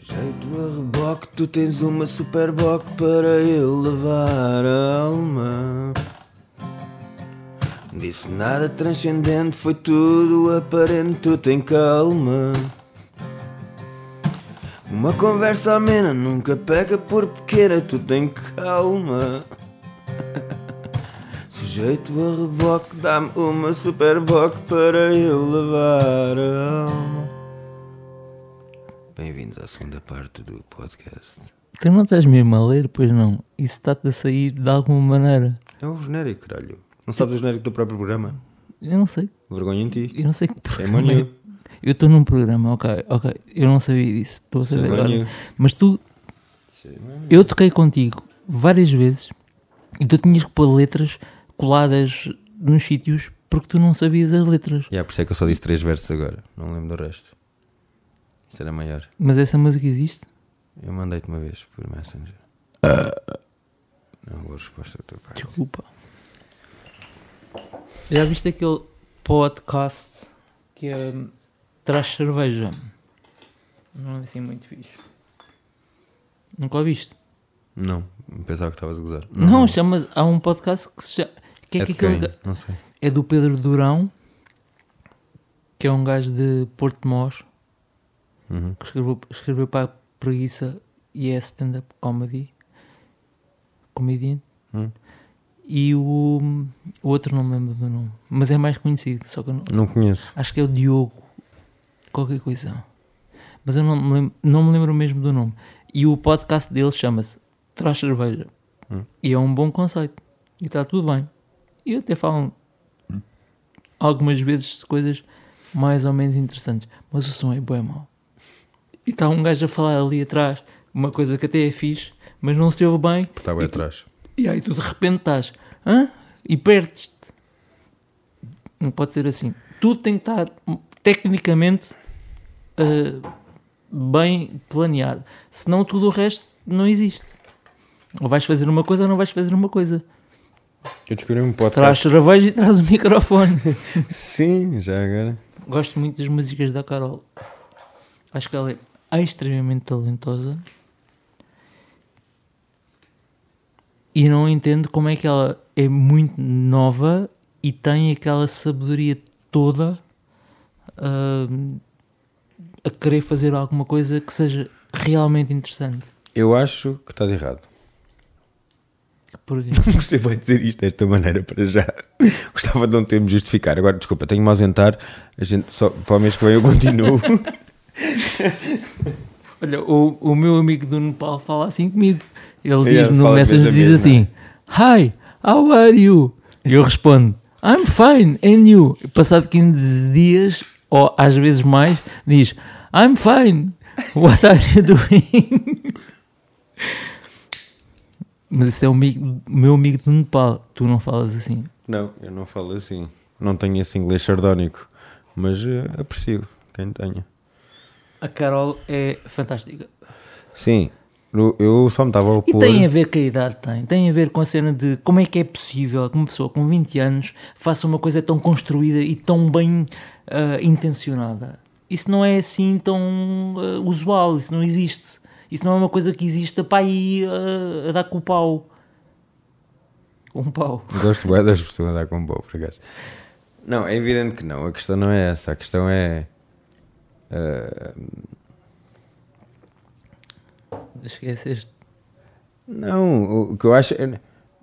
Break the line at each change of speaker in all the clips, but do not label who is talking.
Jeito a reboque, tu tens uma super boc para eu levar a alma. Disse nada transcendente, foi tudo aparente, tu tem calma. Uma conversa amena nunca pega por pequena, tu tem calma. Sujeito a reboque, dá-me uma super boc para eu levar a alma. Bem-vindos à segunda parte do podcast.
Tu não estás mesmo a ler, pois não? Isso está-te a sair de alguma maneira.
É o genérico, caralho. Não sabes o genérico do próprio programa?
Eu não sei.
Vergonha em ti. É
Eu não sei que
Shame on
programa.
you.
Eu estou num programa, ok, ok. Eu não sabia disso. Estou a saber
Shame on
agora.
you.
Mas tu, eu toquei contigo várias vezes e tu tinhas que pôr letras coladas nos sítios porque tu não sabias as letras.
Yeah, por isso é que eu só disse três versos agora. Não lembro do resto. Isto era maior.
Mas essa música existe?
Eu mandei-te uma vez por Messenger. Não boa resposta do teu pai.
Desculpa. Já viste aquele podcast que é hum, Traz Cerveja? Não é assim muito fixe. Nunca ouviste?
Não, pensava que estavas a gozar.
Não, chama há um podcast que se chama. Que é,
É
que
de
aquele
quem?
ga-
Não sei.
é do Pedro Durão, que é um gajo de Porto de Mós,
Uhum.
que escreveu, escreveu para a Preguiça e é stand-up comedy. Comedian.
Hum.
E o, o outro não me lembro do nome, mas é mais conhecido, só que eu não,
Não conheço.
acho que é o Diogo, qualquer coisa. Mas eu não me lembro, não me lembro mesmo do nome. E o podcast dele chama-se Traz Cerveja.
Hum.
E é um bom conceito. E está tudo bem. E até falam algumas vezes de coisas mais ou menos interessantes. Mas o som é bem mau. E está um gajo a falar ali atrás, uma coisa que até é fixe, mas não se ouve bem.
Porque estava aí atrás.
E aí tu de repente estás, hã? E perdes-te. Não pode ser assim. Tudo tem que estar hum, tecnicamente ah, bem planeado. Senão tudo o resto não existe. Ou vais fazer uma coisa ou não vais fazer uma coisa.
Eu descobri um
Traz
podcast.
cerveja e traz o microfone.
Sim, já agora.
Gosto muito das músicas da Carol. Acho que ela é extremamente talentosa. E não entendo como é que ela é muito nova e tem aquela sabedoria toda hum, a querer fazer alguma coisa que seja realmente interessante.
Eu acho que estás errado.
Porque
Gostei bem de dizer isto desta maneira para já. Gostava de não ter me justificar. Agora, desculpa, tenho-me a ausentar. A gente só, para o mês que vem eu continuo.
Olha, o, o meu amigo do Nepal fala assim comigo. Ele
Yeah,
diz no
É, fala de vez
Messenger,
a
diz
vez,
assim, Hi, how are you? E eu respondo, I'm fine, and you? E passado 15 dias, ou às vezes mais, diz, I'm fine, what are you doing? Mas esse é o amigo- meu amigo do Nepal, tu não falas assim.
Não, eu não falo assim. Não tenho esse inglês sardónico. Mas eh, aprecio quem tenha.
A Carol é fantástica.
Sim, eu- eu só me estava a
E
opor.
tem a ver com a idade, tem. Tem a ver com a cena de como é que é possível que uma pessoa com 20 anos faça uma coisa tão construída e tão bem ah, intencionada. Isso não é assim tão ah, usual, isso não existe. Isso não é uma coisa que exista para aí ah, a dar com o pau. Com o pau.
Gosto bem das pessoas a dar com boa, por acaso. Não, é evidente que não. A questão não é essa. A questão é. eh,
Esqueceste.
Não, o que eu acho. é,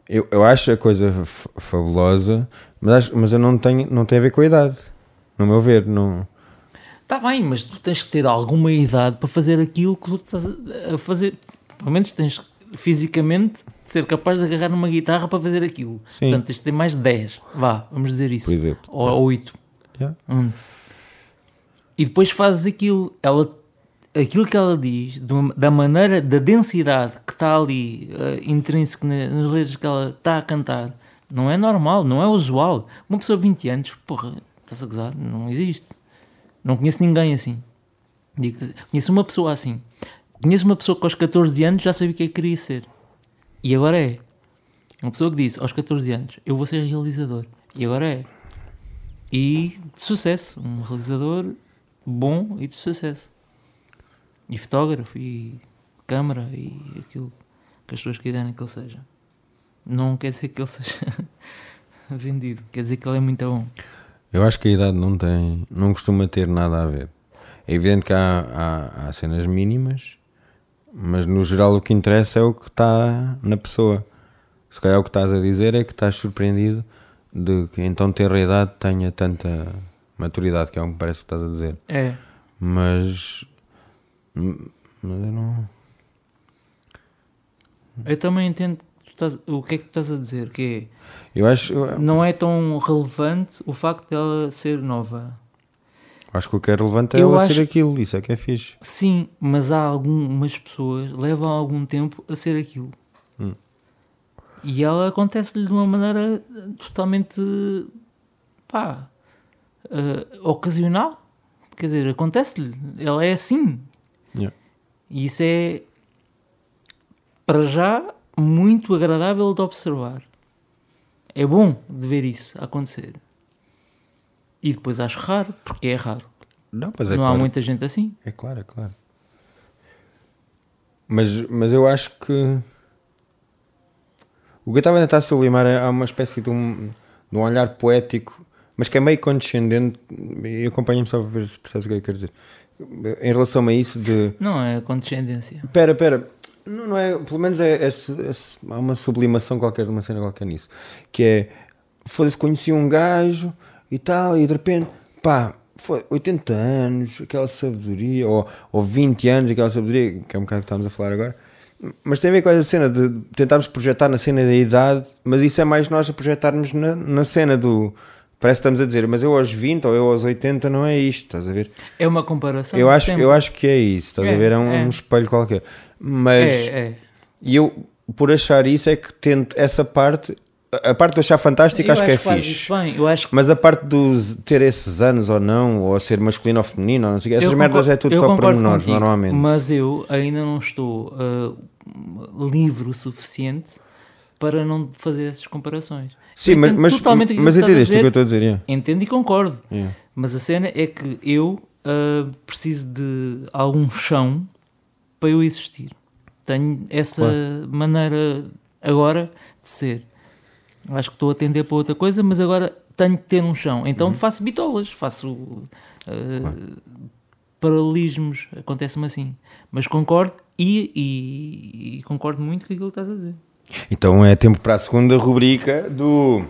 Eu, eu acho a coisa fa- fabulosa, mas, acho- mas eu não tenho. Não tem a ver com a idade. No meu ver, não.
Está Tá bem, mas tu tens que ter alguma idade para fazer aquilo que tu estás a fazer. Pelo menos tens fisicamente de ser capaz de agarrar uma guitarra para fazer aquilo.
Sim.
Portanto, tens de ter mais de 10. Vá, vamos dizer isso.
Por exemplo.
Ou 8.
Yeah.
E depois fazes aquilo. Ela, aquilo que ela diz, de uma- da maneira, da densidade que está ali, eh, intrínseco na- nas letras que ela está a cantar, não é normal, não é usual. Uma pessoa de 20 anos, porra, estás a gozar? Não existe. Não conheço ninguém assim. Digo-te, conheço uma pessoa assim. Conheço uma pessoa que aos 14 anos já sabia o que é que queria ser. E agora é. Uma pessoa que disse aos 14 anos: Eu vou ser realizador. E agora é. E de sucesso. Um realizador bom e de sucesso. E fotógrafo, e câmara, e aquilo que as pessoas quiserem que ele seja. Não quer dizer que ele seja vendido, quer dizer que ele é muito bom.
Eu acho que a idade não tem, não costuma ter nada a ver. É evidente que há, há, há cenas mínimas, mas no geral o que interessa é o que está na pessoa. Se calhar o que estás a dizer é que estás surpreendido de que então ter a idade tenha tanta maturidade, que é o que parece que estás a dizer.
É,
Mas. hum, Mas eu não.
eu também entendo que tu estás- o que é que tu estás a dizer, que é,
Eu acho, eu
não é tão relevante o facto dela ser nova.
acho que o que é relevante é
Eu
ela
acho-
ser aquilo, isso é que é fixe.
Sim, mas há algumas pessoas levam algum tempo a ser aquilo.
Hum.
E ela acontece-lhe de uma maneira eh, totalmente pá, eh, ocasional. Quer dizer, acontece-lhe. Ela é assim.
Yeah.
E isso é para já muito agradável de observar. É bom de ver isso acontecer. E depois acho raro, porque é raro.
Não, mas é
Não há
claro.
muita gente assim.
É claro, é claro. Mas, mas eu acho que o que eu estava a tentar sublimar é há uma espécie de um, de um olhar poético, mas que é meio condescendente. E acompanha-me só para ver se percebes o que eu quero dizer. Em relação a isso de
Não, é condescendência.
Pera, pera. Não, não é, pelo menos é, é su- é su- há uma sublimação qualquer, de uma cena qualquer nisso. Que é, foda-se, conheci um gajo e tal, e de repente, pá, foi 80 anos, aquela sabedoria, ou, ou 20 anos, aquela sabedoria, que é um bocado que estamos a falar agora. Mas tem a ver com essa cena de tentarmos projetar na cena da idade, mas isso é mais nós a projetarmos na, na cena do. Parece que estamos a dizer, mas eu aos 20 ou eu aos 80 não é isto, estás a ver?
É uma comparação.
Eu acho,
sempre.
eu acho que é isso, estás
É,
a ver? É um,
é.
um espelho qualquer. Mas
É, é.
e eu, por achar isso, é que tento essa parte, a a parte de eu achar fantástica,
Eu
acho que é
faz
fixe.
isso bem. Eu acho que
Mas a parte de ter esses anos ou não, ou ser masculino ou feminino, ou não sei, o quê, essas
eu
merdas
concordo-
é tudo
eu
só
concordo
pormenores,
contigo,
normalmente.
Mas eu ainda não estou ah, livre o suficiente para não fazer essas comparações.
Sim,
Eu
mas,
entendo
mas,
é totalmente aquilo
mas
que estás a
entendeste o que eu estou
dizer.
a dizer? yeah.
Entendo e concordo.
Yeah.
Mas a cena é que eu ah, preciso de algum chão para eu existir. Tenho essa maneira agora de ser. Acho que estou a tender para outra coisa, mas agora tenho que ter um chão. Então faço bitolas, faço ah, paralelismos, acontece-me assim. Mas concordo e, e- e concordo muito com aquilo que estás a dizer.
Então é tempo para a segunda rubrica do.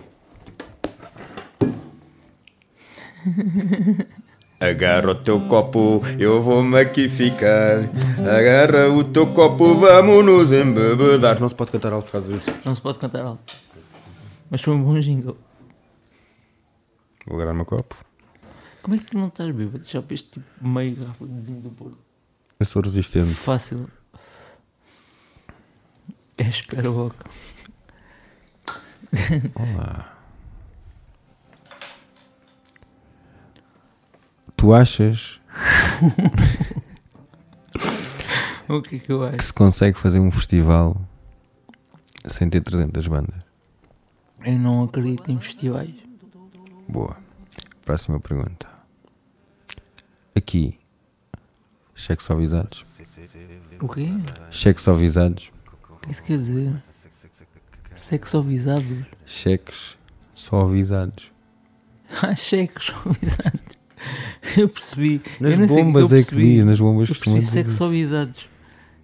Agarra o teu copo, eu vou-me aqui ficar. Agarra o teu copo, vamos nos embebedar. Não se pode cantar alto por causa disso.
Não se pode cantar alto. Mas foi um bom jingle.
Vou agarrar o meu copo.
Como é que tu não estás bêbado? Já viste tipo meio garrafa de vinho do Porto?
Eu sou resistente.
Fácil. É esperboca.
Olá. Tu achas
O que é que eu
que
acho?
se consegue fazer um festival sem ter 300 bandas?
Eu não acredito em festivais.
Boa. Próxima pergunta. Aqui. Cheques só avisados.
O quê?
Cheques só avisados.
O que isso quer dizer? Sexo avisados.
Cheques só avisados.
Ah, cheques avisados. Eu percebi.
Nas
eu não sei o que
bombas
eu
é que
percebi.
diz, nas bombas
Eu
costuma
percebi
dizer.
sexo avisados.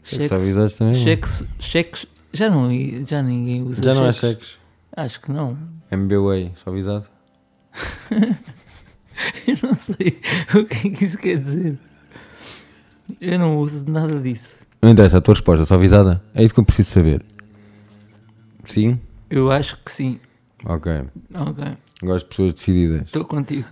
Cheques só avisados também. é bom.
Cheques. Cheques. Já, não, já ninguém usa
Já não há
cheques.
cheques.
Acho que não.
MBWay, só avisado.
Eu não sei o que é que isso quer dizer. Eu não uso nada disso.
Não interessa, a tua resposta, só avisada. É isso que eu preciso saber. Sim?
Eu acho que sim.
Ok.
Ok,
Gosto de pessoas decididas.
estou contigo.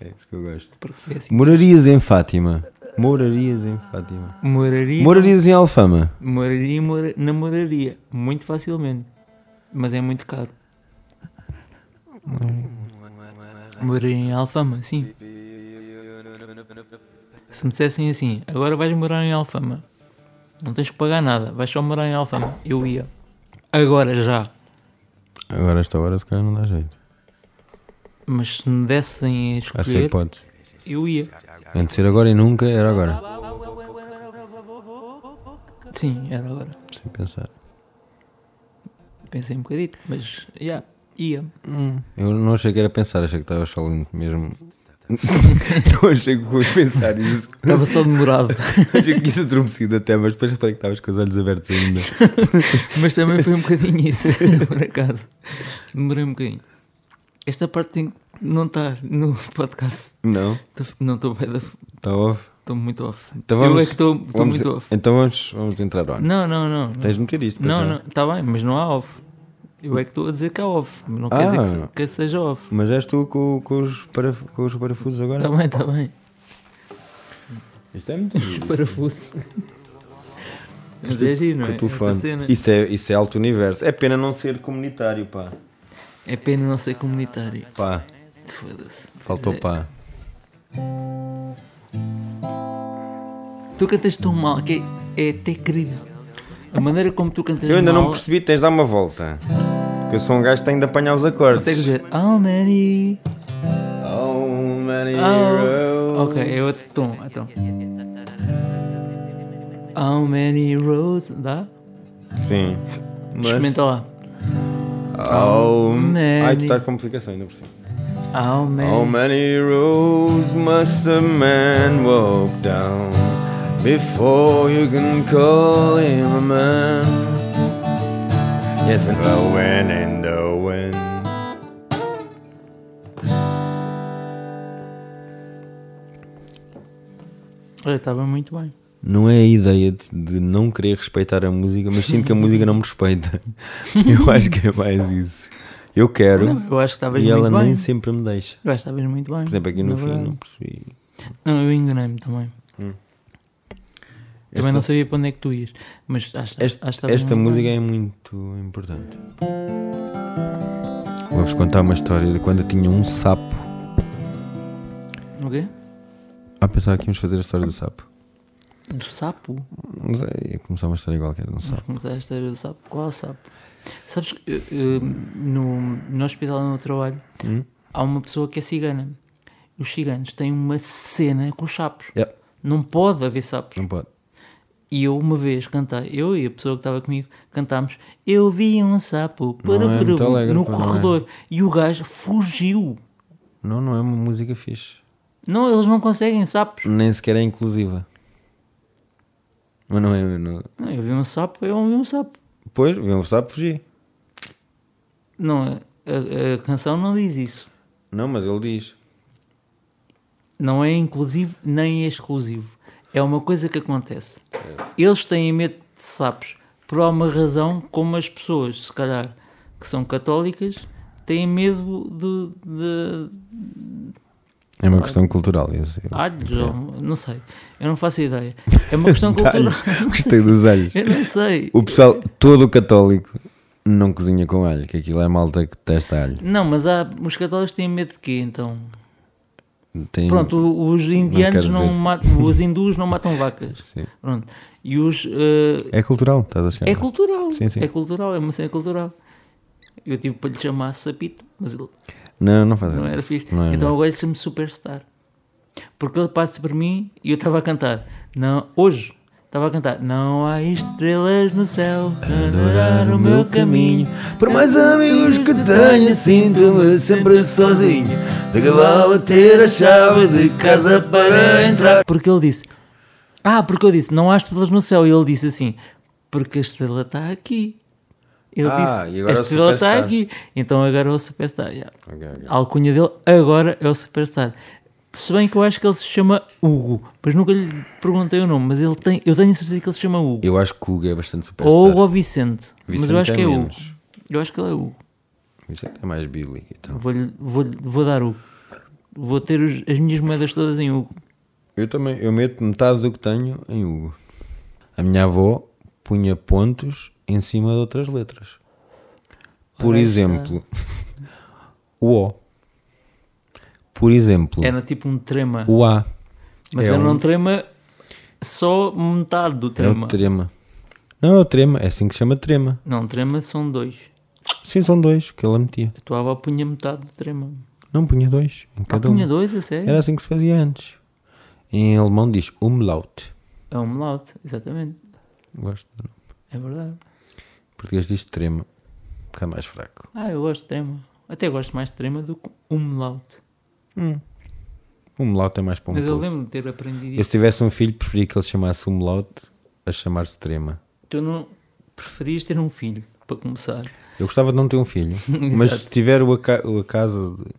É isso que eu gosto.
Porque é assim.
Morarias em Fátima. Morarias em Fátima.
Moraria,
Morarias em Alfama.
moraria, mora- namoraria. Muito facilmente. Mas é muito caro. Moraria em Alfama, sim. Se me dissessem assim, agora vais morar em Alfama. Não tens que pagar nada, vais só morar em Alfama. Eu ia. Agora já.
Agora, esta hora, se calhar não dá jeito.
Mas se me dessem a
Há essa
escolher,
hipótese.
eu ia.
Antes de ser agora e nunca, era agora.
Sim, era agora.
Sem pensar.
Pensei um bocadito, mas já, ia.
Eu não achei que era pensar, achei que estava só lindo mesmo. não achei que fui pensar isso.
Estava só demorado.
Achei que isso adormecido até, mas depois reparei que estavas com os olhos abertos ainda.
Mas também foi um bocadinho isso, por acaso. Demorei um bocadinho. Esta parte tem que não estar no podcast.
Não?
Tô- Não estou bem da-
Está Tá off?
estou muito off.
Então
Eu
vamos-
é que estou estou
Vamos-
muito off.
Então vamos, vamos entrar on.
Não, não, não.
Tens de meter isto.
Não,
pois
não, está bem, mas não há off. Eu é que estou a dizer que há off, mas não
Ah.
quer dizer que, se- que seja off.
Mas és tu com, com os, paraf com os parafusos agora?
Está bem, está bem.
Isto é muito giro.
Parafuso. Mas é giro, não é?
Com o telefone.
Esta cena.
Isso é, isso é alto universo. É pena não ser comunitário, pá.
É pena não ser comunitário.
Pá,
Foda-se. É.
faltou pá.
Tu cantas tão mal que é, é até querido. A maneira como tu cantas
Eu ainda
mal,
não percebi, tens de dar uma volta. Porque eu sou um gajo que tem de apanhar os acordes.
Consegues ver? How many?
Oh, many
Oh.
roads.
Ok, é outro tom. Então. How many roads? Dá?
Sim.
Experimenta lá.
Oh,
many.
Ai, tu estás com complicação ainda por cima.
How many?
How many roads must a man walk down before you can call him a man? Yes, and the wind and the wind. Oh.
Olha, estava muito bem.
Não é a ideia de, de não querer respeitar a música, mas sinto que a música não me respeita. Eu acho que é mais isso. Eu quero
Eu acho que estavas
e ela
muito bem.
nem sempre me deixa.
Eu acho que estavas muito bem.
Por exemplo, aqui no
na
fim
verdade.
não percebi.
Não, eu enganei-me também. Também
Esta-
não sabia para onde é que tu ias. Mas acho,
Este-
acho que estavas
esta
muito bem.
música é muito importante. Vou-vos contar uma história de quando eu tinha um sapo. é-
O quê?
Ah, pensava que íamos fazer a história do sapo.
Do sapo?
Não sei, ia começar uma história qualquer de um sapo.
Começar a história do sapo. Qual é sapo? Sabes que eh, eh, no, no hospital onde eu trabalho
Hum?
há uma pessoa que é cigana. Os ciganos têm uma cena com os sapos.
Yeah,
Não pode haver sapos.
não pode.
E eu uma vez cantei, eu e a pessoa que estava comigo cantámos Eu vi um sapo
Não é muito
paraparu,
alegre,
no
pois não é?
corredor e o gajo fugiu.
Não, não é uma música fixe.
Não, eles não conseguem sapos.
Nem sequer é inclusiva. Mas não é. Não...
Não, eu vi um sapo, eu vi um sapo.
Pois, vê um sapo fugir.
Não, a, a- a canção não diz isso.
Não, mas ele diz.
Não é inclusivo nem é exclusivo. É uma coisa que acontece. Eles têm medo de sapos por alguma razão, como as pessoas, se calhar, que são católicas, têm medo do- de,
É uma questão cultural. Eu sei.
alhos, ou- não sei. Eu não faço ideia. É uma questão cultural.
Gostei dos alhos.
Eu não sei.
O pessoal, todo católico, não cozinha com alho, que aquilo é malta que testa alho.
Não, mas há, os católicos têm medo de quê, então?
Tem-
Pronto, o- os indianos
quero
não,
dizer.
matam, os hindus não matam vacas.
Sim.
Pronto. E os. eh,
É cultural, estás a chegar.
é cultural.
Sim, sim.
É cultural, é uma cena cultural. Eu tive para lhe chamar Sapito, mas ele
Não, não faz
não
isso.
era fixe.
Não é,
então
não.
agora ele chama-me Superstar. Porque ele passa por mim e eu estava a cantar. Não, hoje estava a cantar. Não há estrelas no céu a adorar o meu caminho.
Por mais amigos que tenha, sinto-me sempre sozinho. De cavalo a ter a chave de casa para entrar.
Porque ele disse: Ah, porque eu disse, não há estrelas no céu. E ele disse assim: Porque a estrela está aqui. Ele
Ah,
disse:
e agora
A
é o
estrela está
superstar.
aqui. Então agora é o Superstar. yeah. A alcunha dele agora é o Superstar. Se bem que eu acho que ele se chama Hugo, mas nunca lhe perguntei o nome, mas ele tem, eu tenho a certeza que ele se chama Hugo.
Eu acho que o Hugo é bastante
Ou
superstar.
Hugo ou Vicente. mas
Vicente
eu acho
é
que é
menos.
Hugo. Eu acho que ele é Hugo.
Vicente é mais Billy. Então.
Vou, vou, vou dar Hugo. Vou ter os- as minhas moedas todas em Hugo.
Eu também, eu meto metade do que tenho em Hugo. A minha avó punha pontos em cima de outras letras. Por
Ora,
exemplo, o O. Por exemplo,
Era tipo um trema.
o A.
Mas
É
era
um-
um trema só metade do
É o
trema.
trema. Não é o trema, é assim que se chama trema.
Não, trema são dois.
Sim, são dois que ela metia.
A tua avó punha metade do trema.
Não, punha dois em
Ah,
cada um.
punha dois, a sério?
Era assim que se fazia antes. Em alemão diz umlaut.
É um laut, exatamente.
Gosto do nome.
É verdade.
Português de extremo. Um bocado mais fraco.
Ah, eu gosto de trema. Até gosto mais de trema do que um umlaut.
O Melaut é mais para um
Mas eu
pulso.
lembro de ter aprendido
Eu,
isso.
se tivesse um filho, preferia que ele se chamasse o Melaut a chamar-se Trema.
Tu não preferias ter um filho, para começar.
Eu gostava de não ter um filho, mas se tiver o, aca- o acaso. de-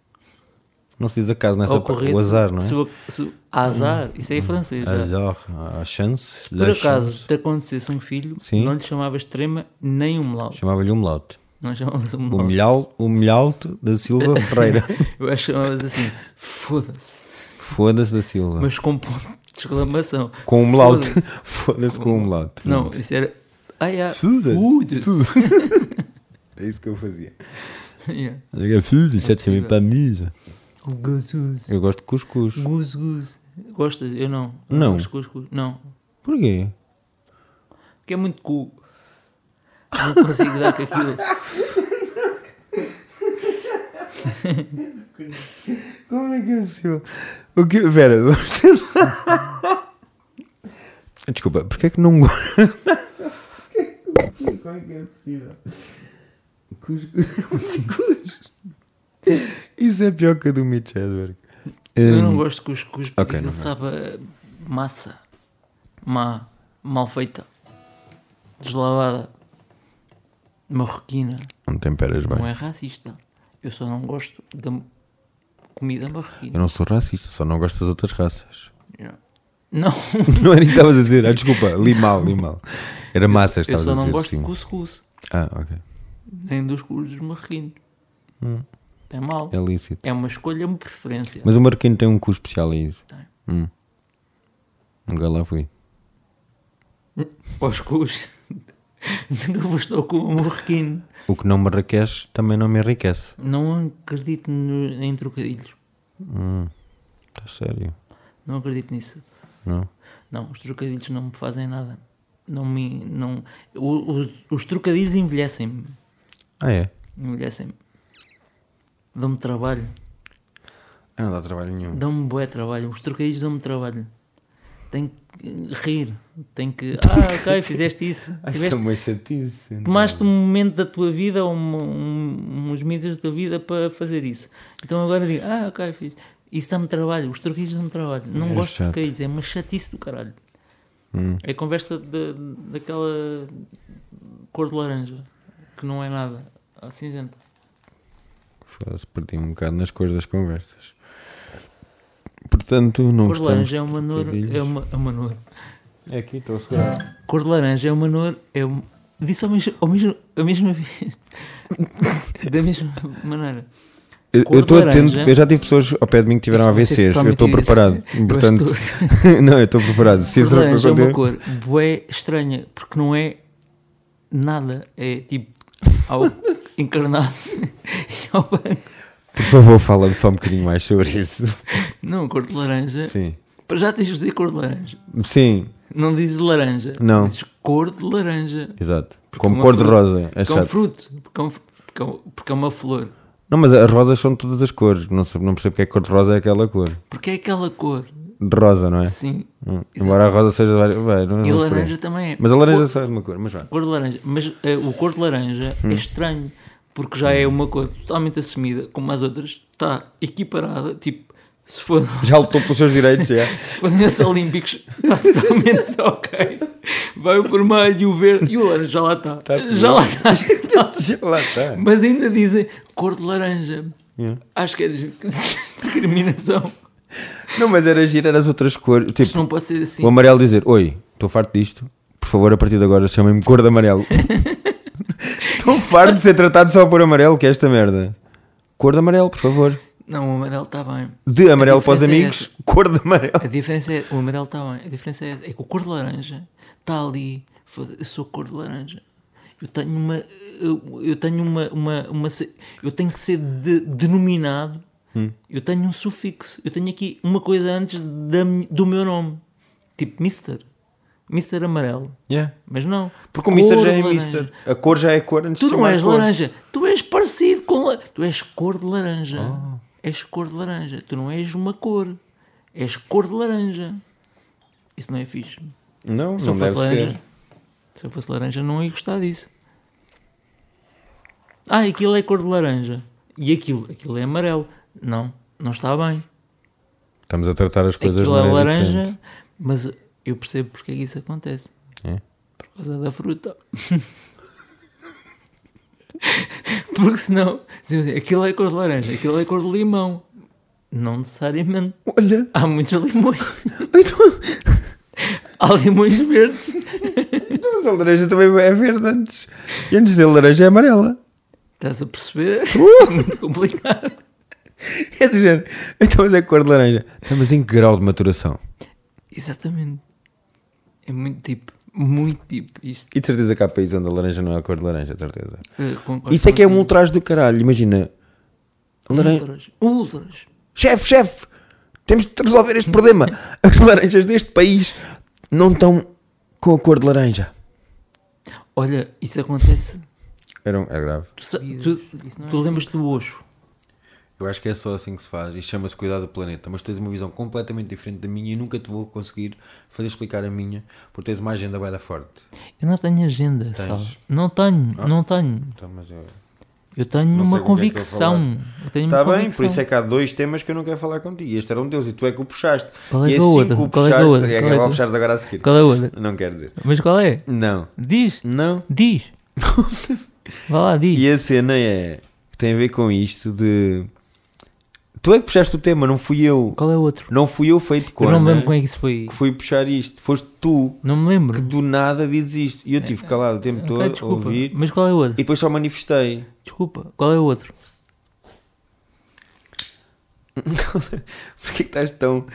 Não se diz acaso nessa pa-
Ocorresse-
O azar, não
se
é? Hum.
o- se- azar, isso aí é francês. já.
Azar, a chance.
Por
la
acaso
chance.
te acontecesse um filho,
Sim.
não lhe chamavas trema nem um melaut.
Chamava-lhe o Melaut.
Não chamavas um
O
melaut.
Melhal- o Melhalto da Silva Ferreira.
Eu acho que chamavas assim, foda-se.
Foda-se da Silva.
Mas com um ponto de exclamação.
Ah. Com o Melaut.
Foda-se.
Foda-se com o Melaut.
Não, isso era. Ah, yeah.
Foda-se.
Foda-se.
É isso que eu fazia. é
Yeah.
Foda-se, já te para a mesa.
O gostoso.
Eu gosto de cuscuz.
Goose, goose. Gostas? Eu não. Eu
Não.
gosto de cuscuz. Não.
Porquê?
Porque é muito cu. Não consigo dar com aquilo.
Como é que é possível? O que... Pera, vamos tentar. Desculpa, porquê é que não gosto? Como é que é possível? Cuscuz é muito cuscuz. Isso é pior que a do Mitch Hedberg.
Eu não
Hum,
gosto de cuscuz porque
ok, não
aquilo sabe a massa. Má. Mal feita. Deslavada. Marroquina.
Não temperas
Não
bem.
é racista. Eu só não gosto da m- comida
Eu
marroquina.
não sou racista, só não gosto das outras raças.
Yeah. Não.
Não era isso que estavas a dizer. Ah, desculpa, li mal, li mal. Era massa,
Eu
estavas
só
a
não
dizer. assim.
gosto
sim.
de cuscuz.
Ah, ok.
Nem dos cuscuz marroquinos. É mau.
É lícito.
É uma escolha, uma preferência.
Mas o Marquinho tem um cu especial a isso.
Tem.
Hum. Nunca lá fui.
Aos cus. Nunca vou estar com um marroquino.
O que não me enriquece também não me enriquece.
Então. Não acredito no- em trocadilhos.
Está Hum. Tá sério?
Não acredito nisso.
Não?
Não, os trocadilhos não me fazem nada. Não me. Não, o- o- os trocadilhos envelhecem-me.
Ah, é?
Envelhecem-me. Dão-me trabalho.
Ah, não dá trabalho nenhum.
Dão-me bué trabalho. Os trocadilhos dão-me trabalho. Tenho que rir. Tenho que. Ah, ok, fizeste isso.
Ai, isso é
Tiveste,
uma chatice. então.
tomaste um momento da tua vida, ou um, um, uns meses da tua vida para fazer isso. Então agora digo, ah, ok, fiz. Isso dá-me trabalho. Os trocadilhos dão-me trabalho. Não
É
gosto
chato.
de trocadilhos. É uma chatice do caralho.
Hum.
É conversa da daquela cor de laranja, que não é nada, a cinzenta.
Foda-se, perdi-me um bocado nas cores das conversas. Portanto, não
Cor de
gostamos.
laranja é uma nor, é
trocadilhos.
uma, é uma nor.
É aqui, estou a segurar.
Cor de laranja é uma nor, é um, disse ao mesmo, ao mesmo, a mesma vez, da mesma maneira.
Eu
Cor de
eu estou atento.
laranja.
Eu já tive pessoas ao pé de mim que tiveram
Isto vai ser
AVCs. Eu estou
totalmente-
preparado.
Eu
Portanto,
estou-
não, eu estou preparado. Se
Cor de
isso
laranja é uma
acontecer-
cor bué estranha, porque não é nada, é tipo ao encarnado e ao branco.
Por favor, fala-me só um bocadinho mais sobre isso.
Não, cor de laranja,
Sim.
para já tens de dizer cor de laranja.
Sim,
Não dizes laranja.
Não.
Dizes cor de laranja.
exato. Como
uma
cor de rosa. É
Porque é um
chato.
fruto. Porque é, um, porque é um- porque é uma flor.
Não, mas as rosas são de todas as cores. Não, sei, não percebo porque é que cor de rosa é aquela cor.
Porque é aquela cor.
De rosa, não é?
Sim.
Hum. Embora a rosa seja. de várias- vai, não- vamos
E
por aí.
laranja também é.
Mas a laranja
Cor,
só é de uma cor, mas vá.
cor de laranja. Mas eh, o cor de laranja
Hum.
é estranho. Porque já é uma cor totalmente assumida, como as outras. Está equiparada. Tipo, se for.
Já lutou pelos seus direitos, já.
se for nos Olímpicos, está totalmente ok. Vai o vermelho e o verde. E o laranja já lá está.
Tá tudo
já
bem.
lá está.
Já lá está.
Mas ainda dizem cor de laranja.
Yeah.
Acho que é dis- discriminação.
Não, mas era girar as outras cores.
Isto
Tipo,
não pode ser assim.
o amarelo dizer: Oi, estou farto disto. Por favor, a partir de agora chamem-me cor de amarelo. Estou farto de ser tratado só por amarelo, que é esta merda. Cor de amarelo, por favor.
Não, o amarelo está bem.
De amarelo para os
diferença é
amigos, cor de amarelo.
A diferença é. O amarelo está bem. A diferença é, essa. é que o cor de laranja está ali. Foda- Eu sou cor de laranja. Eu tenho uma. Eu, eu tenho uma, uma, uma se- Eu tenho que ser de- denominado.
Hum.
Eu tenho um sufixo. Eu tenho aqui uma coisa antes da mi- do meu nome. Tipo Mister. Mister Amarelo.
Yeah.
Mas não.
Porque o Mister
Cor
já
de
é
laranja.
Mister. A cor já é cor antes
Tu
de
não
chamar
és
cor.
laranja, tu és parecido com. la- Tu és cor de laranja.
Ah.
És cor de laranja. Tu não és uma cor. És cor de laranja. Isso não é fixe.
Não,
Se
não
eu fosse
deve
laranja,
ser.
Se eu fosse laranja, não ia gostar disso. Ah, aquilo é cor de laranja. E aquilo? Aquilo é amarelo. Não, não está bem.
Estamos a tratar as coisas
aquilo
de
é
maneira
laranja,
diferente.
mas eu percebo porque é que isso acontece.
É?
Por causa da fruta. porque senão, diziam assim, aquilo é cor de laranja, aquilo é cor de limão. Não necessariamente.
Olha,
Há muitos limões.
então,
Há limões verdes.
então, mas a laranja também é verde antes. E antes de laranja é amarela.
Estás a perceber?
Uh!
Muito complicado.
É do género. Então, mas é cor de laranja. Então, mas em que grau de maturação?
Exatamente. É muito tipo, muito tipo isto.
E de certeza que há países onde a laranja não é a cor de laranja, de certeza.
Eh, concordo
Isso é que é um
contigo.
ultraje do caralho, imagina. A Laranja...
Ultras. Ultras.
Chefe, chefe, temos de resolver este problema. As laranjas deste país não estão com a cor de laranja.
Olha, isso acontece.
Era, um, era grave.
Tu, sa- tu, tu lembras-te do Osho?
Eu acho que é só assim que se faz. Isto chama-se cuidar do planeta. Mas tens uma visão completamente diferente da minha e nunca te vou conseguir fazer explicar a minha porque tens uma agenda bué da forte.
Eu não tenho agenda, sabe? Não tenho, não tenho.
Então, mas eu...
Eu tenho
Não sei
uma
com quem é que eu
convicção. eu tenho
Está
uma
bem, por
convicção.
isso é que há dois temas que eu não quero falar contigo. Este era um deles e tu é que o puxaste.
Qual é
e
que é o outro?
que o
Qual é
puxaste.
que é o outro?
é que
Qual é que é
agora
o-
puxares agora a seguir.
Qual é a outra?
Não quer dizer.
Mas qual é?
Não.
Diz,
Não.
diz. Vá lá, diz.
E a cena é. tem a ver com isto de. Tu é que puxaste o tema, não fui eu.
Qual é o outro?
Não fui eu feito
eu
corno.
não me lembro como é que isso foi.
que fui puxar isto. Foste tu
Não me
que
lembro.
do nada dizes isto. E eu tive calado o tempo
É, Ok,
todo a
desculpa.
ouvir.
Mas qual é o
E
outro?
depois só manifestei.
Desculpa, qual é o outro?
Porquê que estás tão,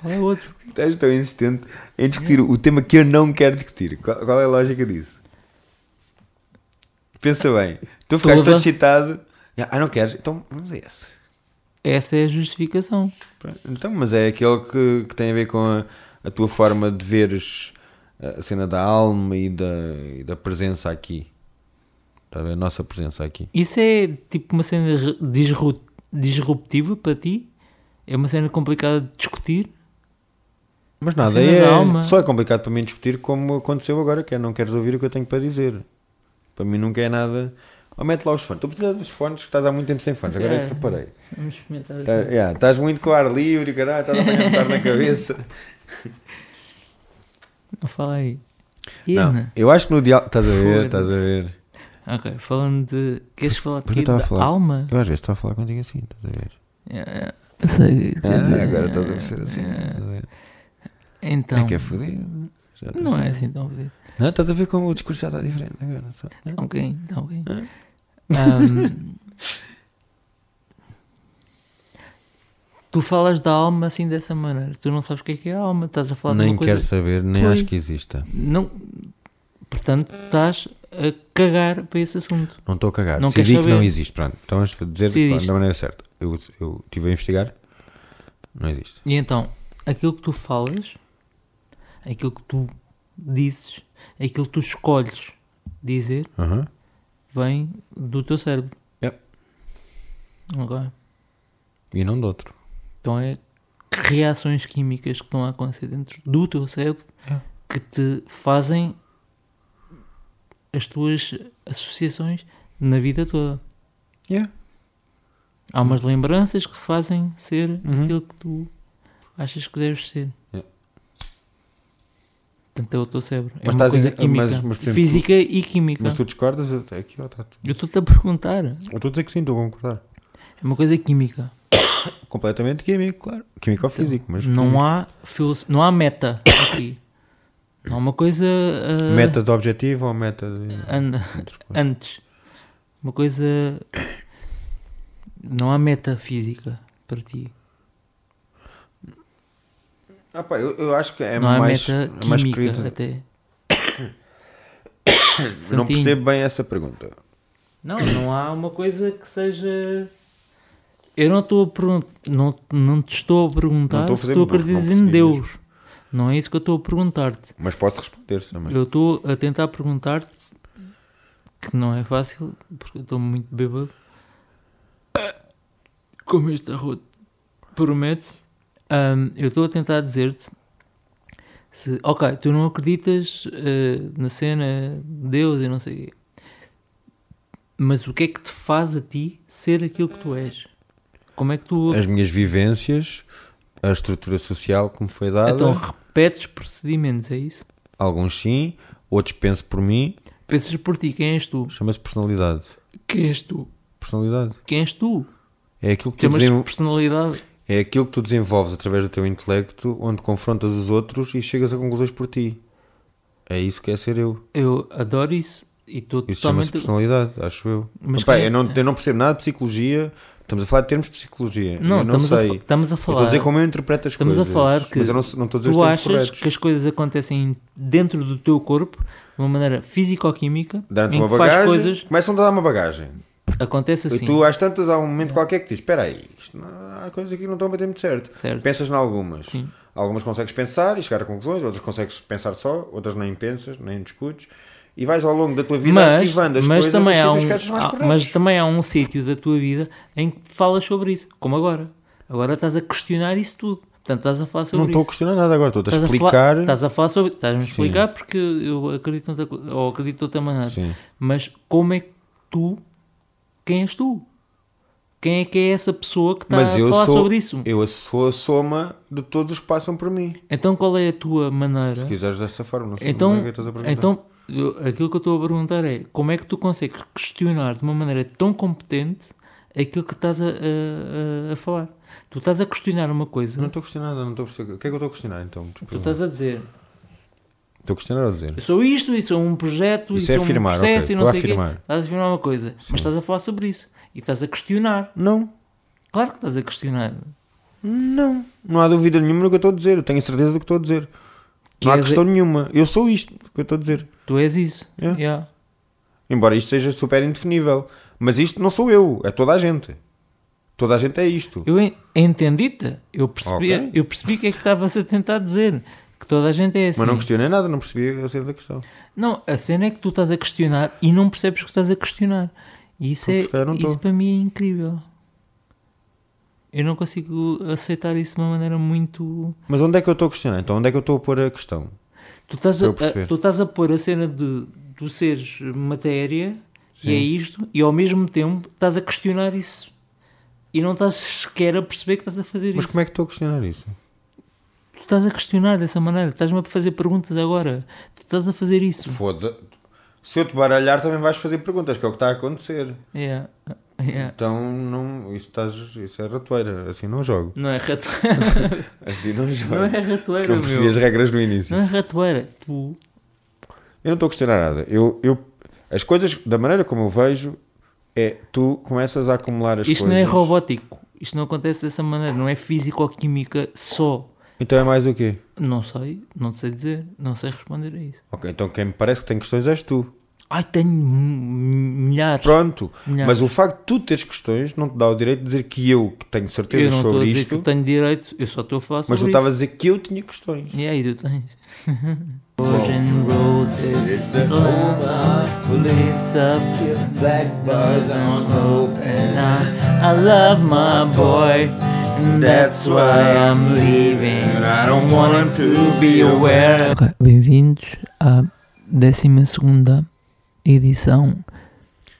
Qual é o outro?
estás tão insistente em discutir o tema que eu não quero discutir? Qual, qual é a lógica disso? Pensa bem. Tu ficaste
Toda.
todo excitado. Ah, não queres? Então vamos a esse.
Essa é a justificação.
Pronto, Então, mas é aquele que, que tem a ver com a, a tua forma de veres a cena da alma e da, e da presença aqui. Está a ver? A nossa presença aqui.
Isso é tipo uma cena re- disru- disruptiva para ti? É uma cena complicada de discutir?
Mas nada,
cena
é,
da alma.
só é complicado para mim discutir como aconteceu agora, que é não queres ouvir o que eu tenho para dizer. Para mim nunca é nada. Ou mete lá os fones. Tu precisas dos fones, que estás há muito tempo sem fones. Agora é que
É.
reparei.
Vamos experimentar assim.
Tá- yeah, estás muito com o ar livre, caralho, estás a apanhar um bocado na cabeça.
Não fala aí.
Não,
Iana.
eu acho que no diálogo. Estás a ver,
Foda-se.
estás a ver.
Ok, falando de. Queres falar de
Porque eu
quê?
estava a
Da
falar.
alma?
Eu às vezes estou a falar contigo assim, estás a ver?
É, é. Eu sei o que quer dizer.
Ah, agora estás a perceber assim.
É.
estás a ver?
Então.
É que é fodido. Já estou a
não é
perceber.
assim tão fodido.
Não, estás a ver como o discurso já está diferente agora. Só. né?
Tá um bocadinho, tá um bocadinho.
Hã?
Ahm, tu falas da alma assim dessa maneira. Tu não sabes o que é que é a alma. Estás a falar de
Nem
uma coisa.
quero saber, nem
Pois.
acho que exista.
Não, portanto, estás a cagar para esse assunto.
Não estou a cagar.
Não
Decidi
queres
que não
saber.
existe. Pronto, então vamos dizer
Decidiste.
pronto, da maneira certa. Eu, eu estive a investigar. Não existe.
E então, aquilo que tu falas, aquilo que tu dizes, aquilo que tu escolhes dizer,
Aham.
vem do teu cérebro.
Yep.
Ok.
E não de outro.
Então é reações químicas que estão a acontecer dentro do teu cérebro
É.
que te fazem as tuas associações na vida toda.
Yeah.
Há umas lembranças que te fazem ser
Uhum.
aquilo que tu achas que deves ser.
É.
Portanto, é o teu cérebro. É
Mas
uma
estás
coisa
em-
química.
mas- mas, por exemplo,
física e química.
Mas tu discordas? eu- Aqui, ó, tá tudo.
Eu estou-te a perguntar. É
Eu estou a dizer que sim, estou a concordar.
uma coisa química.
Completamente químico, claro. Químico ou físico, mas.
Não há, filos- não há meta aqui. Não há uma coisa. ah,
Meta de objetivo ou meta de.
an-
Outra coisa.
antes. Uma coisa. Não há meta física para ti.
Ah, pá, eu, eu acho que é
não há
mais.
meta
é mais
química
querido-
até.
Não
Santinho.
percebo bem essa pergunta.
Não, não há uma coisa que seja. Eu não estou a perguntar. Não, não te estou a
Não
perguntar
estou a
Tá, se
fazer
tu
burro, não
acreditas em
percebi
Deus. Não é isso que eu estou a perguntar-te.
Mas posso responder também.
Eu estou a tentar perguntar-te que não é fácil, porque eu estou muito bêbado. Como hum, este arroto promete, Ahm, eu estou a tentar dizer-te se, ok, tu não acreditas eh, na cena de Deus e não sei o quê. Mas o que é que te faz a ti ser aquilo que tu és? Como é que tu.
As minhas vivências, a estrutura social que me foi dada,
Então repetes procedimentos, é isso?
alguns sim, outros penso por mim,
Pensas por ti, quem és tu?
chama-se personalidade.
Quem és tu?
Personalidade.
Quem és tu?
É aquilo que tu
Chamas
desen-
de personalidade.
É aquilo que tu desenvolves através do teu intelecto, onde confrontas os outros e chegas a conclusões por ti. É isso que é ser eu.
Eu adoro isso e estou
Isso chama-se
totalmente.
personalidade, acho eu.
Mas
Epá,
quem é-
eu, não, eu não percebo nada de psicologia. Estamos a falar de termos de psicologia.
Não,
eu não
estamos,
sei.
A, fa- estamos a
Eu Estou a
falar.
dizer como eu interpreto as
Estamos a
coisas.
falar que
Mas eu não, não estou a dizer os
tu
termos
achas
corretos.
que as coisas acontecem dentro do teu corpo de uma maneira físico-química
Dão-te
em
uma
que faz
bagagem,
coisas
começam a dar uma bagagem.
acontece assim
E tu, às tantas, há um
É.
momento qualquer que diz: Espera aí, isto não- há coisas aqui que não estão a bater muito certo.
certo
Pensas em algumas.
Sim.
Algumas consegues pensar e chegar a conclusões, outras consegues pensar só, outras nem pensas, nem discutes. E vais ao longo da tua vida
mas,
arquivando as
mas
coisas
também
nos
há um
sítios que achas mais
há-
corretos.
mas também há um sítio da tua vida em que falas sobre isso como agora agora estás a questionar isso tudo portanto estás a falar sobre
não estou a
isso
questionar nada agora, estou a
Estás a falar-
explicar.
estás a falar sobre estás a
Sim.
explicar porque eu acredito noutra co- ou acredito de outra maneira
Sim.
mas como é que tu quem és tu quem é que é essa pessoa que está
Mas
a
eu
falar
sou-
sobre isso
Eu sou a soma de todos os que passam por mim.
Então qual é a tua maneira?
Se quiseres dessa forma, não sei como é
Então,
que estás a perguntar.
então eu- aquilo que eu estou a perguntar é como é que tu consegues questionar de uma maneira tão competente aquilo que estás a, a- a- a falar? Tu estás a questionar uma coisa,
Não estou a questionar nada, não estou a questionar. O que é que eu estou a questionar então?
tu estás a dizer
Estou a questionar ou a dizer?
eu sou isto, isso é um projeto,
Isso
isso,
é
um
afirmar, ok,
processo e
estou
não
a
sei o quê.
afirmar.
Estás a afirmar uma coisa, mas estás a falar sobre isso e estás a questionar.
Não,
Claro que estás a questionar.
não. Não há dúvida nenhuma no que eu estou a dizer. Eu tenho certeza do que estou a dizer.
Que
não há
és-
questão nenhuma. Eu sou isto que eu estou a dizer.
Tu és isso.
É.
Yeah.
Embora isto seja super indefinível. Mas isto não sou eu, é toda a gente. Toda a gente é isto.
Eu en- entendi-te, eu percebi,
Ok.
eu percebi o que é que estavas a tentar dizer. Que toda a gente é assim.
Mas não questionei nada, não percebi a cena da questão.
Não, a cena é que tu estás a questionar e não percebes que estás a questionar. E isso,
Porque
é,
se calhar não
isso
estou.
para mim é incrível. Eu não consigo aceitar isso de uma maneira muito.
Mas onde é que eu estou a questionar? Então onde é que eu estou a pôr a questão?
Tu estás a,
Estou a perceber.
tu estás a pôr a cena de tu seres matéria
Sim.
e é isto, e ao mesmo tempo estás a questionar isso. E não estás sequer a perceber que estás a fazer
Mas
isso.
como é que estou a questionar isso?
Tu estás a questionar dessa maneira, estás-me a fazer perguntas agora. Tu estás a fazer isso.
Foda. Se eu te baralhar, também vais fazer perguntas, que é o que está a acontecer.
Yeah. Yeah.
Então, não, isso, estás, isso é ratoeira. Assim não jogo.
Não é rato.
Assim não jogo.
Não é
Porque
ratoeira,
não percebi
meu.
as regras no início.
Não é ratoeira. Tu.
Eu não estou a questionar nada. Eu, eu, as coisas, da maneira como eu vejo, é tu começas a acumular as
Isto não
coisas.
é robótico. Isto não acontece dessa maneira. Não é físico ou química só.
Então é mais o quê?
Não sei. Não sei dizer. Não sei responder a isso.
Ok, então quem me parece que tem questões és tu.
Ai, tenho mi- milhares.
Pronto.
milhares.
Mas o facto de tu teres questões não te dá o direito de dizer que eu, que tenho certeza
eu não estou a
sobre
dizer
isto,
que tenho direito. Eu só estou a falar
mas
sobre
tu
isso.
estavas a dizer que eu tinha questões.
E aí, tu tens. Orange and roses, it's the love police of black bars on open. I, I love my boy, and that's why I'm leaving. I don't want him to be aware. Ok, bem-vindos à 12 edição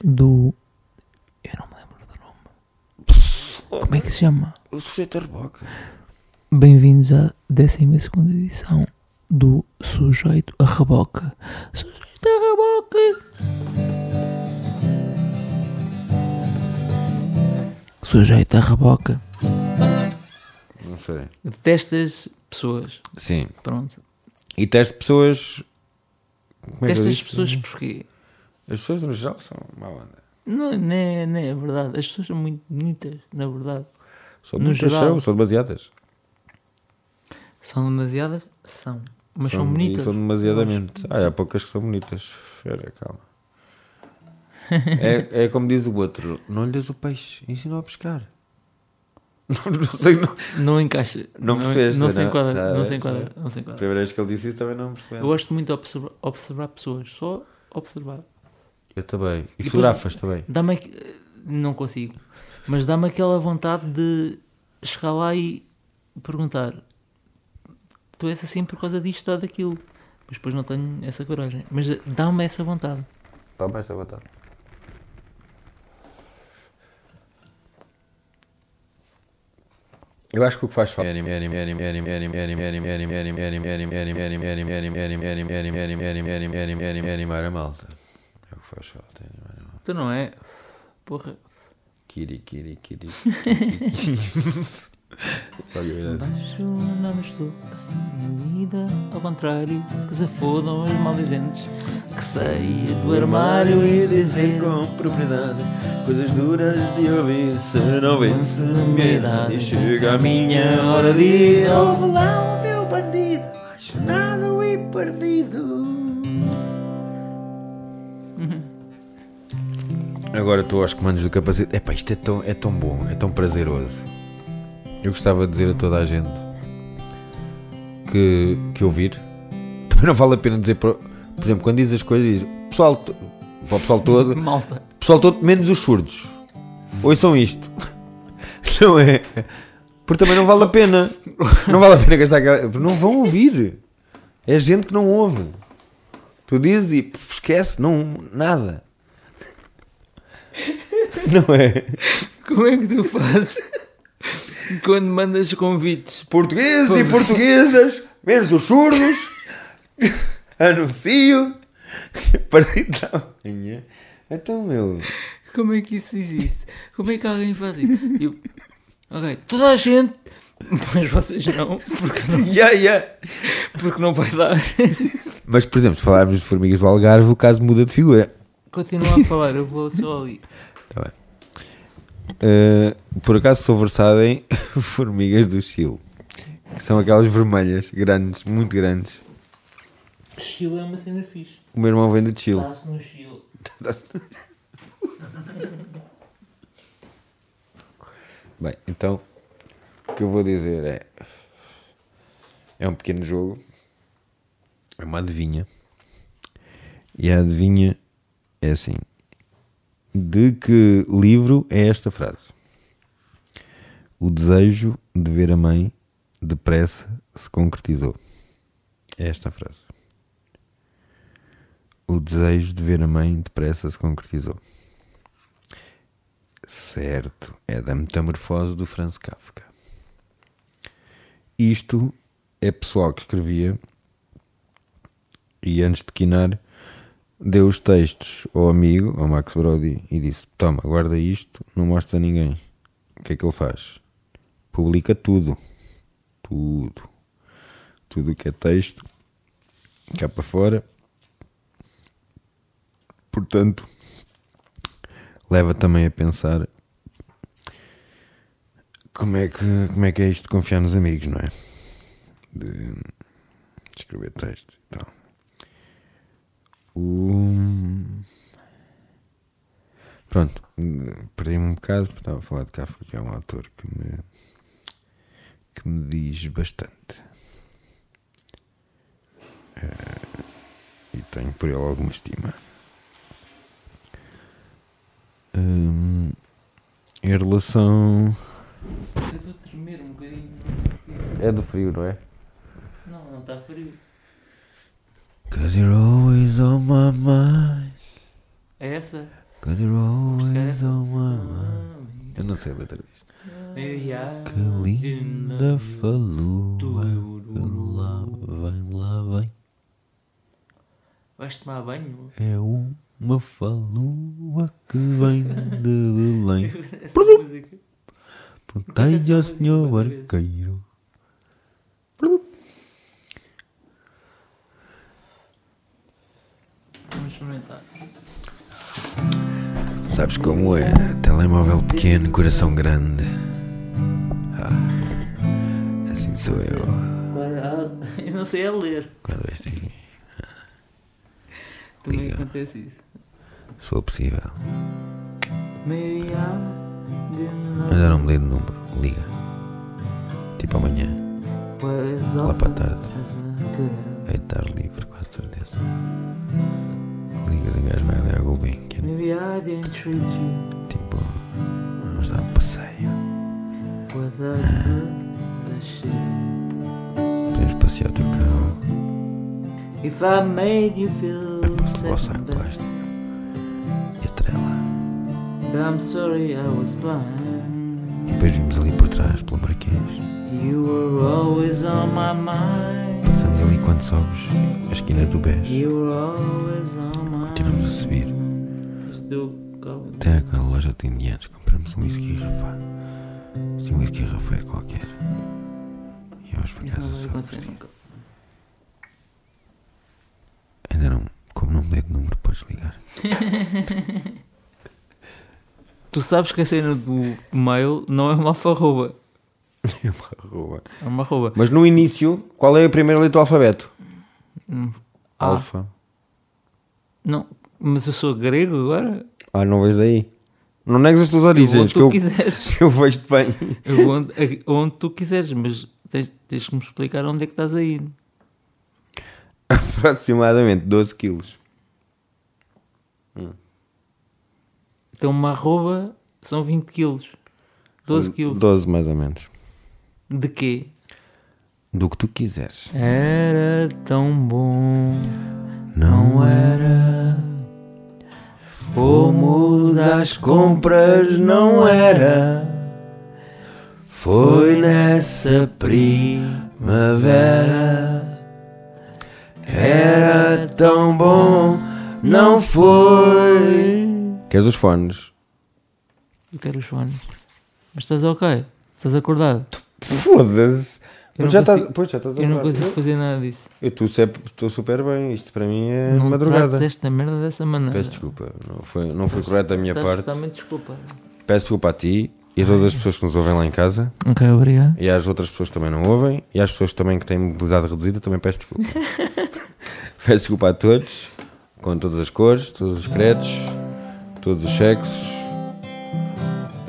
do. Eu não me lembro do nome. Como é que se chama?
O sujeito é reboca.
Bem-vindos à 12 edição do Sujeito a Reboca. Sujeito a Reboca! Sujeito a Reboca.
Não sei.
Detestas pessoas,
Sim.
pronto.
E teste pessoas. Como é que eu
Detestas
disse?
pessoas porquê?
As pessoas no geral são má onda.
Não, não, é, não é verdade. As pessoas são muito bonitas, na verdade.
São
No
muitas
geral.
são, são demasiadas.
São demasiadas? São. Mas são,
e
bonitas.
São demasiadamente. Ah, há poucas que são bonitas. Espera, calma. É, é como diz o outro: não lhe des o peixe, ensina a pescar. Não, não sei, não.
Não encaixa.
Não percebeste,
Não se
não?
enquadra.
Tá
não
bem,
se enquadra.
tá
Não se enquadra.
A primeira vez que ele disse isso também não percebi.
Eu gosto muito de observa- observar pessoas, só observar.
Eu também. E,
depois-
fotografas também.
Dá-me. aqu- Não consigo, mas dá-me aquela vontade de chegar lá e perguntar: tu és assim por causa disto ou daquilo. Mas depois não tenho essa coragem. Mas dá-me essa vontade.
Está Tá bem, está botado. Eu acho que o que faz falta. Animar a malta. É o que faz falta. Animar a malta.
Tu não é? Porra.
Kiri, kiri, kiri. kiri, kiri. Qualquer verdade.
Baixo não estou, tenho vida ao contrário, que se fodam os maldizentes, que saia do armário e dizer com
propriedade coisas duras de ouvir. Se não vence
a minha idade,
chega a minha hora de ir. Ouve lá o meu bandido, apaixonado e perdido. Agora estou aos comandos do capacete. Epá, isto é tão, é tão bom, é tão prazeroso. Eu gostava de dizer a toda a gente que, que ouvir. Também não vale a pena dizer, para- por exemplo, quando diz as coisas, diz, pessoal, to- para o pessoal todo,
malta.
Pessoal todo, menos os surdos. Ouçam isto. Não é? Porque também não vale a pena. Não vale a pena gastar aquela. porque Não vão ouvir. É gente que não ouve. Tu dizes e pff, esquece, não, nada. Não é?
Como é que tu fazes quando mandas convites?
Portugueses e portuguesas, menos os surdos, anuncio. Partido da manhã. Então, meu.
Como é que isso existe? Como é que alguém faz isso? Eu, ok, toda a gente, mas vocês não, porque não,
Yeah, yeah.
porque não vai dar.
Mas, por exemplo, se falarmos de formigas do Algarve, o caso muda de figura.
Continua a falar, eu vou só ali.
Tá bem. Eh, por acaso sou versado em formigas do Chile, que são aquelas vermelhas, grandes, muito grandes.
Chile é uma cena fixe.
O meu irmão vem do Chile.
Está-se no Chile.
Bem, então o que eu vou dizer é. É um pequeno jogo. É uma adivinha. E a adivinha é assim: De que livro é esta frase? O desejo de ver a mãe depressa se concretizou. É esta a frase. O desejo de ver a mãe depressa se concretizou. Certo, é da metamorfose do Franz Kafka. Isto é pessoal que escrevia e antes de quinar deu os textos ao amigo, ao Max Brody, e disse: Toma, guarda isto, não mostres a ninguém. O que é que ele faz? Publica tudo. Tudo. Tudo o que é texto, cá para fora. Portanto, leva também a pensar como é que, como é, que é isto de confiar nos amigos, não é? De, de escrever textos e tal. O... Pronto, perdi-me um bocado porque estava a falar de Kafka, que é um autor que me, que me diz bastante. Eh, e tenho por ele alguma estima. Hum, em relação.
Eu estou a tremer um bocadinho.
É do frio, não é?
Não, não está frio.
Cause you're always on my mind.
É essa?
Cause you're always
Esta é?
on my mind.
Ah,
Eu não sei a letra disto.
é, Que
Que linda falua. Vem lá, vem lá, vem.
Vais tomar banho?
É uma falua que vem de Belém.
Essa música.
Perguntei ao senhor barqueiro.
Vamos experimentar.
Sabes como é? Telemóvel pequeno, coração grande. Ah, assim sou eu.
Quadrado. ah, Eu não sei a ler.
Quando vais ter que-
Também
Liga.
acontece isso.
Se for possível.
Meia de
Mas
novo.
eu não me lembro do número. Liga. Tipo amanhã. Lá para a tarde. Vai estar livre, com certeza. Liga, o gajo vai ali ao Gulbenkian. que
Maybe I didn't treat you
é Tipo, vamos dar um passeio.
with a good as shit.
Podemos passear autocarro.
If I made you
É
feel
Aposto ao
sad,
saco de
but
plástico. E a trela.
I'm sorry I was blind.
E depois vimos ali por trás, pelo Marquês.
You were always on my mind.
Passamos ali quando sobes a esquina do Bés.
You were always on my
Continuamos a subir.
mind. Estou com-
Até aquela loja de indianos compramos um whisky rafá. Sim, um whisky rafeiro qualquer. E vamos para casa só curtir. Ainda não, como não mudei de número, podes ligar.
Tu sabes que a cena do mail não é uma alfarroba.
É uma rua.
É uma arroba.
Mas no início, qual é a primeira letra do alfabeto?
Hum, A.
Alfa.
Não, mas eu sou grego agora?
Ah, não vejo daí. Não negas as tuas
Eu vou
origens,
onde
que
tu
eu,
quiseres.
que eu vejo-te bem.
Eu vou onde, a- onde tu quiseres, mas tens, tens que me explicar onde é que estás a ir.
Aproximadamente 12 quilos.
Então uma arroba são 20 quilos. 12 quilos.
12 mais ou menos.
De quê?
Do que tu quiseres.
Era tão bom,
Não é
era.
Fomos às compras, não era. Foi nessa primavera. Era tão bom, não foi. Queres os fones?
Eu quero os fones. Mas estás ok? Estás acordado?
Foda-se.
Eu
Mas
não
já
consigo-
estás. Pois já estás a
Eu não
falar.
consigo fazer nada disso.
Eu estou sempre- estou super bem. Isto para mim é
não
madrugada.
trates esta merda dessa maneira.
Peço desculpa, não foi, não foi correto da minha
Estás
parte.
totalmente desculpa.
Peço desculpa a ti e a todas as pessoas que nos ouvem lá em casa.
Ok, obrigado.
E às outras pessoas que também não ouvem, e às pessoas também que têm mobilidade reduzida, também peço desculpa. peço desculpa a todos, com todas as cores, todos os credos, todos os sexos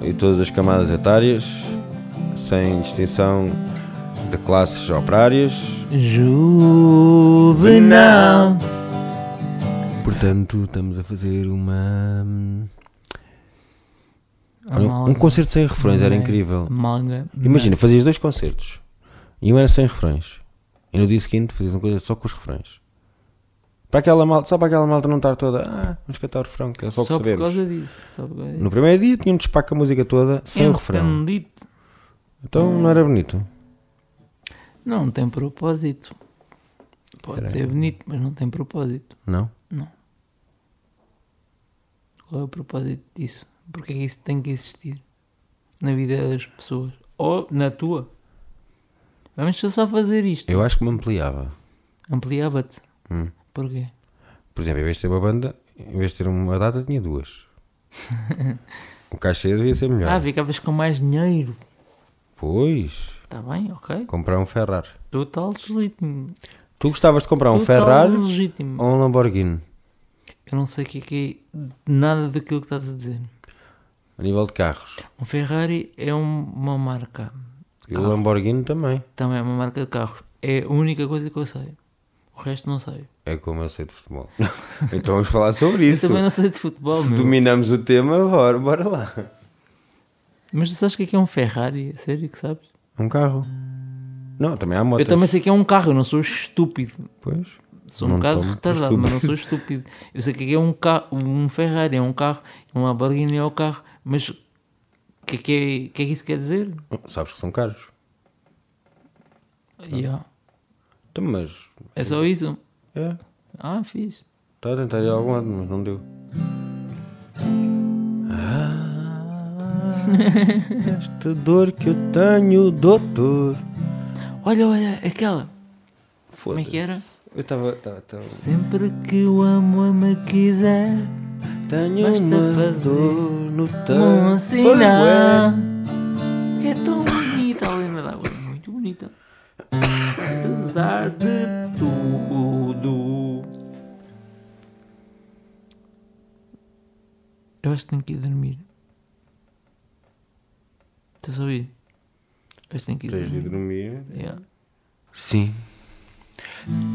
e todas as camadas etárias, sem distinção de classes operárias.
Juvenal.
Portanto, estamos a fazer uma.
A
um
malga.
concerto sem refrões,
é?
era incrível.
A malga.
Imagina, fazias dois concertos e um era sem refrões. E no dia seguinte fazias uma coisa só com os refrões. Para aquela malta, só para aquela malta não estar toda, ah, vamos cantar o refrão, que é só o que
Só por
sabemos.
causa disso. Só por causa disso. É um
No primeiro dia tinha um despaque a música toda sem o refrão.
Entendido.
Então não era bonito.
Não tem propósito. Pode ser bonito, mas não tem propósito.
Não?
Qual é o propósito disso? Porque é que isso tem que existir na vida das pessoas? Ou na tua? Vamos só fazer isto.
Eu acho que me ampliava.
Ampliava-te.
Hum.
Porquê?
Por exemplo, em vez de ter uma banda, em vez de ter uma data, tinha duas. o cachê devia ser melhor.
Ah, ficavas com mais dinheiro.
Pois,
Está bem, ok.
comprar um Ferrari.
Total legítimo.
Tu gostavas de comprar um
Total
Ferrari
legítimo.
ou um Lamborghini?
Eu não sei o que é que é nada daquilo que estás a dizer.
A nível de carros.
Um Ferrari é um- uma marca.
E o Lamborghini também.
Também é uma marca de carros. É a única coisa que eu sei. O resto não sei.
É como eu sei de futebol. então vamos falar sobre isso.
Eu também não sei de futebol,
Se
meu.
dominamos o tema, bora, bora lá.
Mas tu sabes o que é, que é um Ferrari? A sério que sabes?
Um carro. Não, também há motos.
Eu também sei que é um carro, eu não sou estúpido.
Pois.
Sou um
Não
bocado
tomo
retardado, mas não sou estúpido. Eu sei que é que é um carro, um Ferrari é um carro, um Lamborghini é o carro, mas o que é que, é, o que é que isso quer dizer?
Sabes que são caros. Ah.
Yeah.
Então, mas.
É só isso?
É.
Ah, fiz.
Estava a tentar ir a algum lado, mas não deu. Ah, esta dor que eu tenho, doutor.
Olha, olha, aquela. Como é
Foda-se.
que era?
Eu estava. estava- estava-
Sempre que o amor me quiser,
Tenho
Basta
uma
fazer
dor no
um sinal.
tamanho.
É tão bonita a lenda da água, é muito bonita. Apesar de tudo. Eu acho que tenho que ir dormir. Estás a ouvir? Acho que tenho que ir
Tens de
dormir.
dormir.
Yeah.
Sim.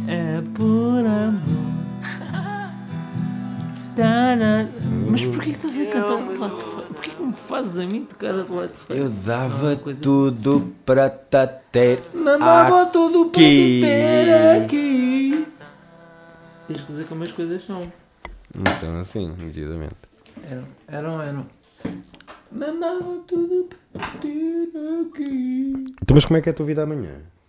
É por amor. Tá, Tará. Mas porquê que estás a cantar? Porquê que me fazes a mim tocar a lado.
Eu dava
Alguma coisa.
tudo para tater.
Mandava tudo para
Aqui.
ter aqui. Tens que dizer como as coisas são.
Não são assim, devidamente.
Eram, eram, eram. Mandava tudo para ter aqui.
Então, mas como é que é a tua vida amanhã?